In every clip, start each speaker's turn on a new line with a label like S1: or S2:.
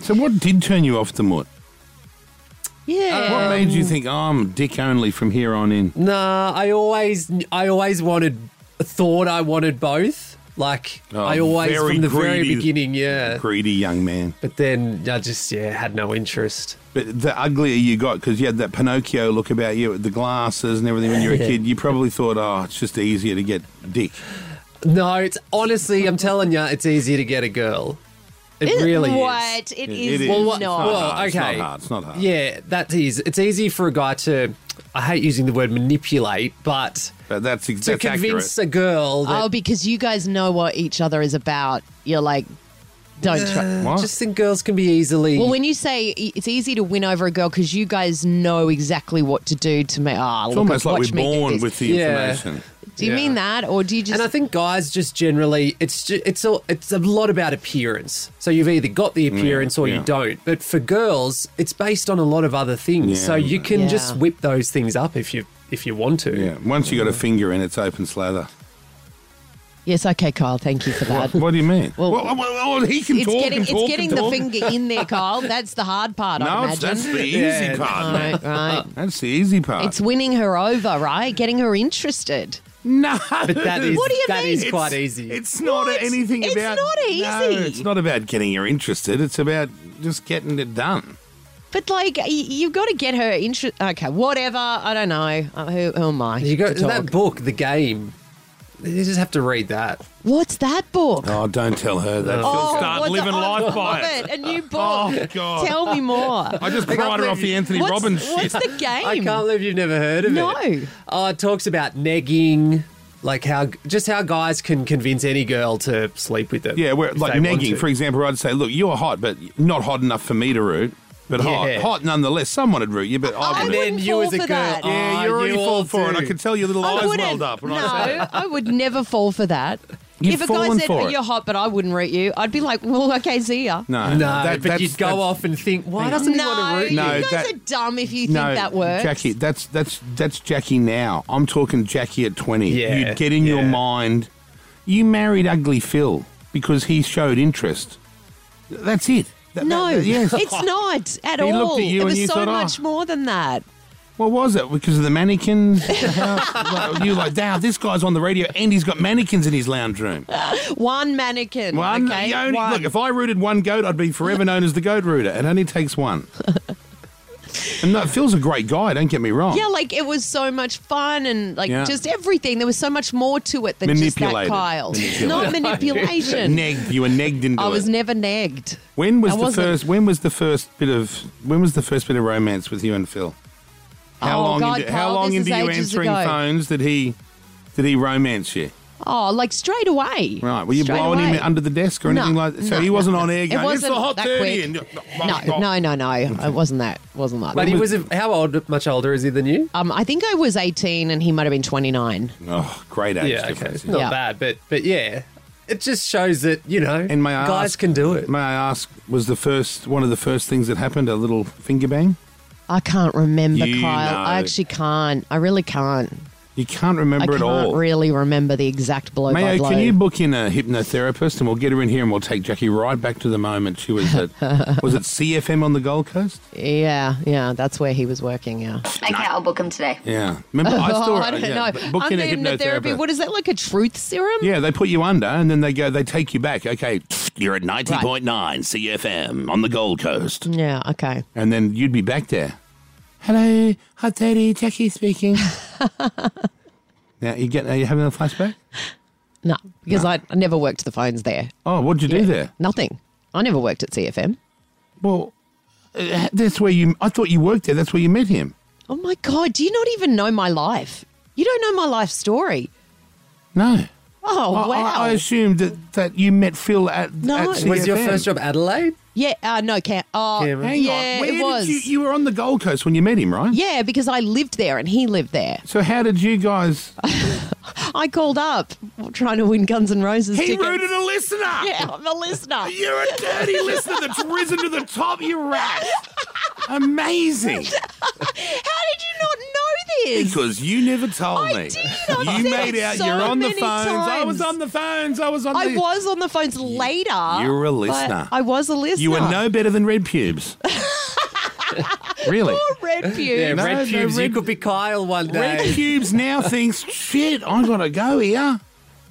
S1: So, what did turn you off the Moot?
S2: Yeah.
S1: What made you think, oh, I'm dick only from here on in?
S2: Nah, I always, I always wanted, thought I wanted both. Like
S1: Oh,
S2: I always
S1: very
S2: from the very
S1: greedy-
S2: beginning, yeah.
S1: Greedy young man.
S2: But then I just yeah had no interest.
S1: But the uglier you got, because you had that Pinocchio look about you, with the glasses and everything when you were a kid, you probably thought, oh, it's just easier to get dick.
S2: No, it's honestly, I'm telling you, it's easier to get a girl. It
S3: Is-
S2: really is.
S3: what? It is,
S1: is.
S2: Well, what-
S3: not.
S2: well,
S1: hard. It's
S2: okay.
S1: not hard. It's not hard.
S2: Yeah, that is. It's easy for a guy to. I hate using the word manipulate, but
S1: But that's, ex-
S2: to
S1: that's
S2: convince
S1: accurate.
S2: a girl that
S3: Oh, because you guys know what each other is about. You're like, don't try.
S1: What?
S2: I just think girls can be easily.
S3: Well, when you say i- it's easy to win over a girl because you guys know exactly what to do to make. Ah,
S1: it's
S3: look,
S1: almost like
S3: watch
S1: we're
S3: me do
S1: born
S3: this."
S1: with the
S2: Yeah.
S1: information.
S3: Do you
S2: Yeah.
S3: mean that, or do you just?
S2: and I think guys just generally, it's ju- it's a, it's a lot about appearance. So you've either got the appearance or
S1: yeah.
S2: you don't. But for girls, it's based on a lot of other things.
S1: Yeah.
S2: so you can
S3: Yeah.
S2: just whip those things up if you if you want to.
S1: Yeah. Once you got a finger in, it's open slather.
S3: yes, okay, Kyle. Thank you for that.
S1: What do you mean?
S3: Well-
S1: Well, well, well, he can
S3: it's
S1: talk
S3: getting
S1: and talk
S3: it's getting
S1: and
S3: the
S1: talk.
S3: finger in there, Kyle. That's the hard part. I
S1: No, it's-
S3: imagine.
S1: that's the easy
S2: Yeah.
S1: part. mate.
S3: right, right.
S1: That's the easy part.
S3: It's winning her over, right? Getting her interested.
S1: no.
S2: But that is
S3: What do you
S2: that
S3: mean?
S2: is
S1: It's-
S2: quite easy.
S1: It's not
S3: What?
S1: anything
S3: It's
S1: about.
S3: not
S1: No,
S3: easy.
S1: it's not about getting her interested. It's about just getting it done.
S3: But like, y- you've got to get her interest. Okay, whatever. I don't know. Uh, who, who am I?
S2: you go
S3: to talk?
S2: that book, the game. You just have to read that.
S3: What's that book?
S1: Oh, don't tell her that.
S3: Oh,
S1: She'll
S3: what
S1: start
S3: the-
S1: living
S3: I
S1: life by
S3: love
S1: it.
S3: it. A new book.
S1: Oh, God.
S3: Tell me more.
S1: I just pried her off the Anthony
S3: what's,
S1: Robbins
S3: What's
S1: shit.
S3: the game?
S2: I can't believe you've never heard of
S3: No.
S2: it. Oh, it talks about negging, like how just how guys can convince any girl to sleep with them.
S1: Yeah, we're
S2: if
S1: like
S2: they want
S1: negging.
S2: to.
S1: For example, I'd say, look, you're hot, but not hot enough for me to root. But
S2: Yeah.
S1: hot, hot nonetheless. Someone would root you, but I
S2: And
S1: wouldn't.
S2: then
S3: wouldn't
S2: you
S3: fall
S2: as a
S3: for
S2: girl,
S3: that.
S1: yeah, you're already
S2: Oh,
S1: full
S2: all
S1: for it. I
S2: do.
S1: could tell your little
S3: I
S1: eyes
S3: wouldn't.
S1: welled up. When
S3: no,
S1: I said,
S3: I would never fall for that.
S1: You've
S3: if a guy
S1: fallen
S3: said
S1: for it.
S3: you're hot, but I wouldn't rate you, I'd be like, well, okay, see ya.
S1: no,
S2: No,
S1: that-
S2: but
S1: that's-
S2: you'd go
S1: that's-
S2: off and think, why
S1: Hang
S2: doesn't he want
S3: No,
S2: to
S3: you
S2: root
S1: No,
S3: guys
S1: that-
S3: are dumb if you think that works.
S1: Jackie, that's that's that's Jackie now. I'm talking Jackie at 20.
S2: Yeah,
S1: You'd get in your
S2: yeah.
S1: mind, you married ugly Phil because he showed interest. That's it. That-
S3: No,
S1: that- that- yes.
S3: it's not at
S1: He
S3: all.
S1: looked at you
S3: it
S1: and
S3: was
S1: you
S3: so
S1: thought, "Oh."
S3: much more than that.
S1: What was it? Because of the mannequins? Like, you were like, now this guy's on the radio and he's got mannequins in his lounge room.
S3: One mannequin.
S1: One,
S3: okay?
S1: you only-
S3: One.
S1: Look, if I rooted one goat, I'd be forever known as the goat rooter. It only takes one. and no, Phil's a great guy. Don't get me wrong.
S3: Yeah, like it was so much fun and like
S1: Yeah.
S3: just everything. There was so much more to it than just that,
S1: Manipulated.
S3: Kyle.
S1: Manipulated.
S3: Not manipulation.
S1: Negged. You were negged into
S3: I
S1: it.
S3: was never negged.
S1: When was
S3: I
S1: the
S3: wasn't.
S1: first? When was the first bit of? When was the first bit of romance with you and Phil? How
S3: Oh,
S1: long?
S3: God,
S1: into, how
S3: Paul,
S1: long
S3: this
S1: into
S3: is
S1: you
S3: ages
S1: answering
S3: ago.
S1: phones did he? Did he romance you?
S3: Oh, like straight away.
S1: Right. Were you
S3: Straight
S1: blowing
S3: away.
S1: him under the desk or
S3: No,
S1: anything like that? So
S3: no,
S1: he
S3: no,
S1: wasn't
S3: no.
S1: on air
S3: It
S1: going, it's
S3: wasn't
S1: the hot
S3: that
S1: 30.
S3: quick.
S1: And, Oh,
S3: No, no, no, no. It wasn't that. Wasn't that.
S2: But he was a- how old? Much older is he than you?
S3: um, I think I was 18 and he might have been 29.
S1: Oh, great age
S2: yeah, okay,
S1: difference.
S2: it's not
S3: Yeah.
S2: bad, but but yeah, it just shows that you know,
S1: And may I
S2: guys
S1: ask,
S2: can do it.
S1: May I ask, was the first one of the first things that happened a little finger bang?
S3: I can't remember,
S1: You
S3: Kyle.
S1: know.
S3: I actually can't. I really can't.
S1: You can't remember
S3: I
S1: it
S3: can't
S1: all.
S3: really remember the exact blow by
S1: Mayo,
S3: blow.
S1: can you book in a hypnotherapist and we'll get her in here and we'll take Jackie right back to the moment she was at, was it CFM on the Gold Coast?
S3: yeah, yeah. That's where he was working. Yeah.
S4: Okay, I'll book him today.
S1: Yeah. Remember, I
S3: Oh,
S1: still,
S3: I don't
S1: yeah,
S3: know.
S1: b- Book in
S3: Under
S1: a hypnotherapist.
S3: hypnotherapy. What is that? Like a truth serum?
S1: yeah, they put you under and then they go, they take you back. Okay, you're at 90.9 CFM on the Gold Coast.
S3: Yeah. Okay.
S1: And then you'd be back there. Hello, hot daddy, Jackie speaking. now, you get, are you having a flashback?
S3: No, because I, I never worked the phones there.
S1: Oh, what'd you do there?
S3: Nothing. I never worked at CFM.
S1: Well, uh, that's where you, I thought you worked there. That's where you met him.
S3: Oh my god! Do you not even know my life? You don't know my life story.
S1: No.
S3: Oh
S1: I-
S3: wow!
S1: I, I assumed that, that you met Phil at,
S3: No.
S1: at
S3: Was
S1: CFM.
S2: Was your first job Adelaide?
S3: yeah. Uh, no. Can't. Oh,
S2: Cameron. Hang on,
S3: yeah.
S1: Where
S3: It
S1: did
S3: was.
S1: You, you were on the Gold Coast when you met him, right?
S3: yeah, because I lived there and he lived there.
S1: So how did you guys?
S3: I called up trying to win Guns N' Roses.
S1: He
S3: tickets.
S1: rooted a listener.
S3: Yeah, I'm a listener.
S1: You're a dirty listener that's risen to the top, you rat. Amazing.
S3: How did you not know years.
S1: Because you never told
S3: I
S1: me.
S3: did. I
S1: you
S3: said
S1: made
S3: it
S1: out
S3: so
S1: you're on the
S3: many
S1: phones. I was
S3: times.
S1: on the phones. I was on
S3: I
S1: the.
S3: was on the phones later.
S1: You're a
S3: but
S1: listener.
S3: I was a listener.
S1: You were no better than Red Pubes. really?
S3: red
S2: Yeah,
S3: pew.
S1: No, no,
S2: red cubes.
S1: red-
S2: You could be Kyle one
S1: Red
S2: day.
S1: Cubes now thinks, shit, I gotta go here.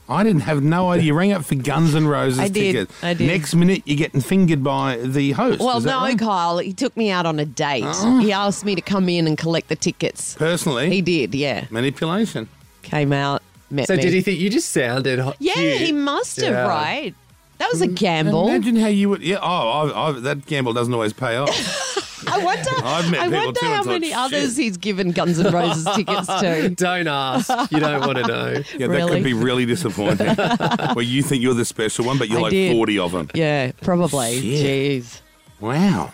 S1: I didn't have no idea. You rang up for Guns N' Roses
S3: I did.
S1: tickets.
S3: I did.
S1: Next minute, you're getting fingered by the host.
S3: Well,
S1: Is that
S3: no,
S1: right?
S3: Kyle. He took me out on a date.
S1: Oh.
S3: He asked me to come in and collect the tickets.
S1: Personally,
S3: He did, yeah.
S1: manipulation.
S3: Came out, met
S2: so
S3: me.
S2: did he think you just sounded hot?
S3: Yeah,
S2: cute?
S3: he must have,
S2: Yeah.
S3: right? That was a gamble.
S1: Imagine how you would. Yeah. Oh, I, I, that gamble doesn't always pay off.
S3: I wonder.
S1: I've met
S3: I
S1: people
S3: wonder
S1: too
S3: how
S1: and thought,
S3: many
S1: "Shit."
S3: others he's given Guns N' Roses tickets to.
S2: Don't ask. You don't want to know.
S1: Yeah, that
S3: Really?
S1: could be really disappointing. Where you think you're the special one, but you're
S3: I
S1: like
S3: did.
S1: 40 of them.
S3: Yeah, probably.
S1: Shit.
S3: Jeez.
S1: Wow.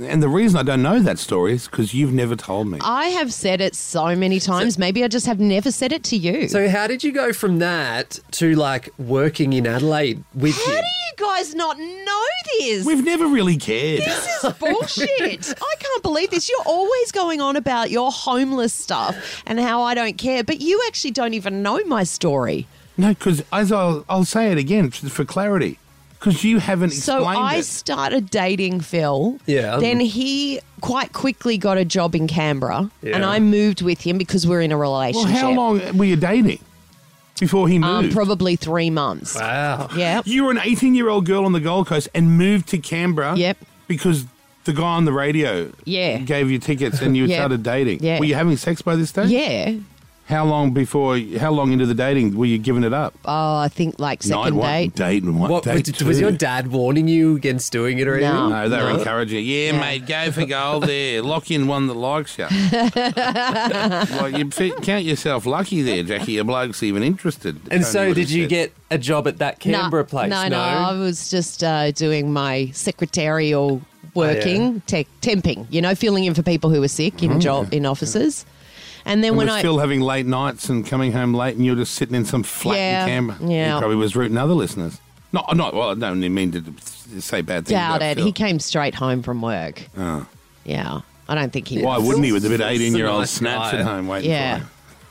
S1: And the reason I don't know that story is because you've never told me.
S3: I have said it so many times. Maybe I just have never said it to you.
S2: So how did you go from that to like working in Adelaide with
S3: how do
S2: him?
S3: you guys not know this?
S1: We've never really cared.
S3: this is bullshit. I can't believe this. You're always going on about your homeless stuff and how I don't care, but you actually don't even know my story.
S1: No, because as I'll, I'll say it again f- for clarity, because you haven't
S3: So
S1: explained
S3: I
S1: it.
S3: started dating Phil.
S2: Yeah.
S3: Then he quite quickly got a job in Canberra,
S2: Yeah.
S3: and I moved with him because we're in a
S1: well,
S3: relationship.
S1: how long were you dating before he
S3: Um,
S1: moved?
S3: probably three months.
S2: Wow.
S3: Yeah.
S1: you were an 18 year old girl on the Gold Coast and moved to Canberra.
S3: Yep.
S1: Because the guy on the radio
S3: Yeah.
S1: gave you tickets and you
S3: Yeah.
S1: started dating.
S3: Yeah.
S1: Were you having sex by this stage?
S3: Yeah.
S1: How long before, how long into the dating were you giving it up?
S3: Oh, I think like second date.
S1: One, date and one,
S2: What
S1: date
S2: was, was
S1: two.
S2: your dad warning you against doing it or
S3: Oh, No.
S2: anything?
S1: No, they were encouraging. Yeah,
S3: Yeah.
S1: mate, go for gold there. Lock in one that likes you. well, you fi- count yourself lucky there, Jackie. Your bloke's even interested.
S2: And
S1: Tony
S2: so
S1: would
S2: did
S1: have
S2: you
S1: said.
S2: get a job at that
S3: No,
S2: Canberra place?
S3: No, no, I was just uh, doing my secretarial
S2: Oh,
S3: working, te- temping. You know, filling in for people who were sick
S2: Mm-hmm.
S3: in job in offices. And then
S1: And
S3: when
S1: was
S3: I
S1: Phil having late nights and coming home late, and you're just sitting in some flat
S3: Yeah,
S1: in Canberra.
S3: yeah.
S1: He probably was rooting other listeners. No, not well. I don't mean to say bad things.
S3: doubt
S1: about
S3: it,
S1: Phil. Ah.
S3: he came straight home from work. Yeah, I don't think he.
S1: Why
S3: was.
S1: wouldn't he? With a bit of
S2: Phil's a
S1: 18 year old
S2: nice
S1: snaps
S2: guy.
S1: at home waiting.
S3: Yeah.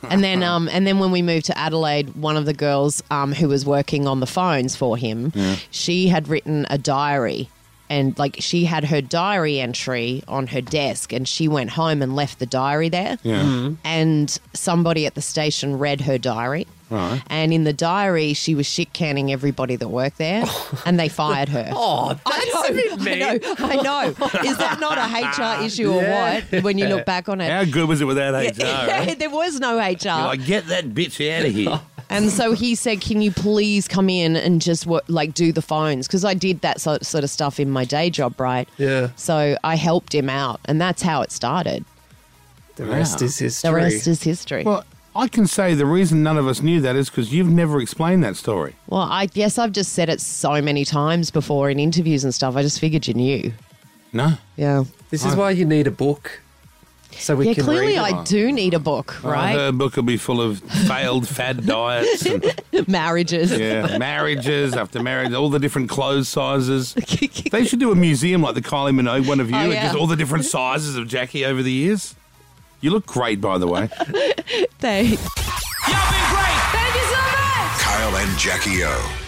S1: For him.
S3: And then, um, and then when we moved to Adelaide, one of the girls um, who was working on the phones for him, she had written a diary, and like she had her diary entry on her desk, and she went home and left the diary there.
S1: Yeah.
S3: And somebody at the station read her diary.
S1: Right.
S3: And in the diary, she was shit canning everybody that worked there, and they fired her.
S2: Oh, that's a bit
S3: I
S2: mean.
S3: know, I know. Is that not a HR issue
S2: Yeah.
S3: or what? When you look back on it,
S1: How good was it without HR? eh?
S3: there was no HR.
S1: You're like, get that bitch out of here.
S3: and so he said, "Can you please come in and just wo- like do the phones?" Because I did that so- sort of stuff in my day job, right?
S2: Yeah.
S3: So I helped him out, and that's how it started.
S2: The rest is history.
S3: The rest is history. Well,
S1: Well, I can say the reason none of us knew that is because you've never explained that story.
S3: I guess I've just said it so many times before in interviews and stuff. I just figured you knew.
S1: No.
S3: Yeah.
S2: this is why you need a book. So we
S3: Yeah,
S2: can
S3: clearly
S2: read it.
S3: I do need a book, right?
S1: Her book will be full of failed fad diets and
S3: Marriages.
S1: yeah, marriages after marriage, all the different clothes sizes. They should do a museum like the Kylie Minogue one of you,
S3: Oh,
S1: and
S3: yeah.
S1: just all the different sizes of Jackie over the years. You look great, by the way.
S3: They-
S4: Kyle and Jackie O.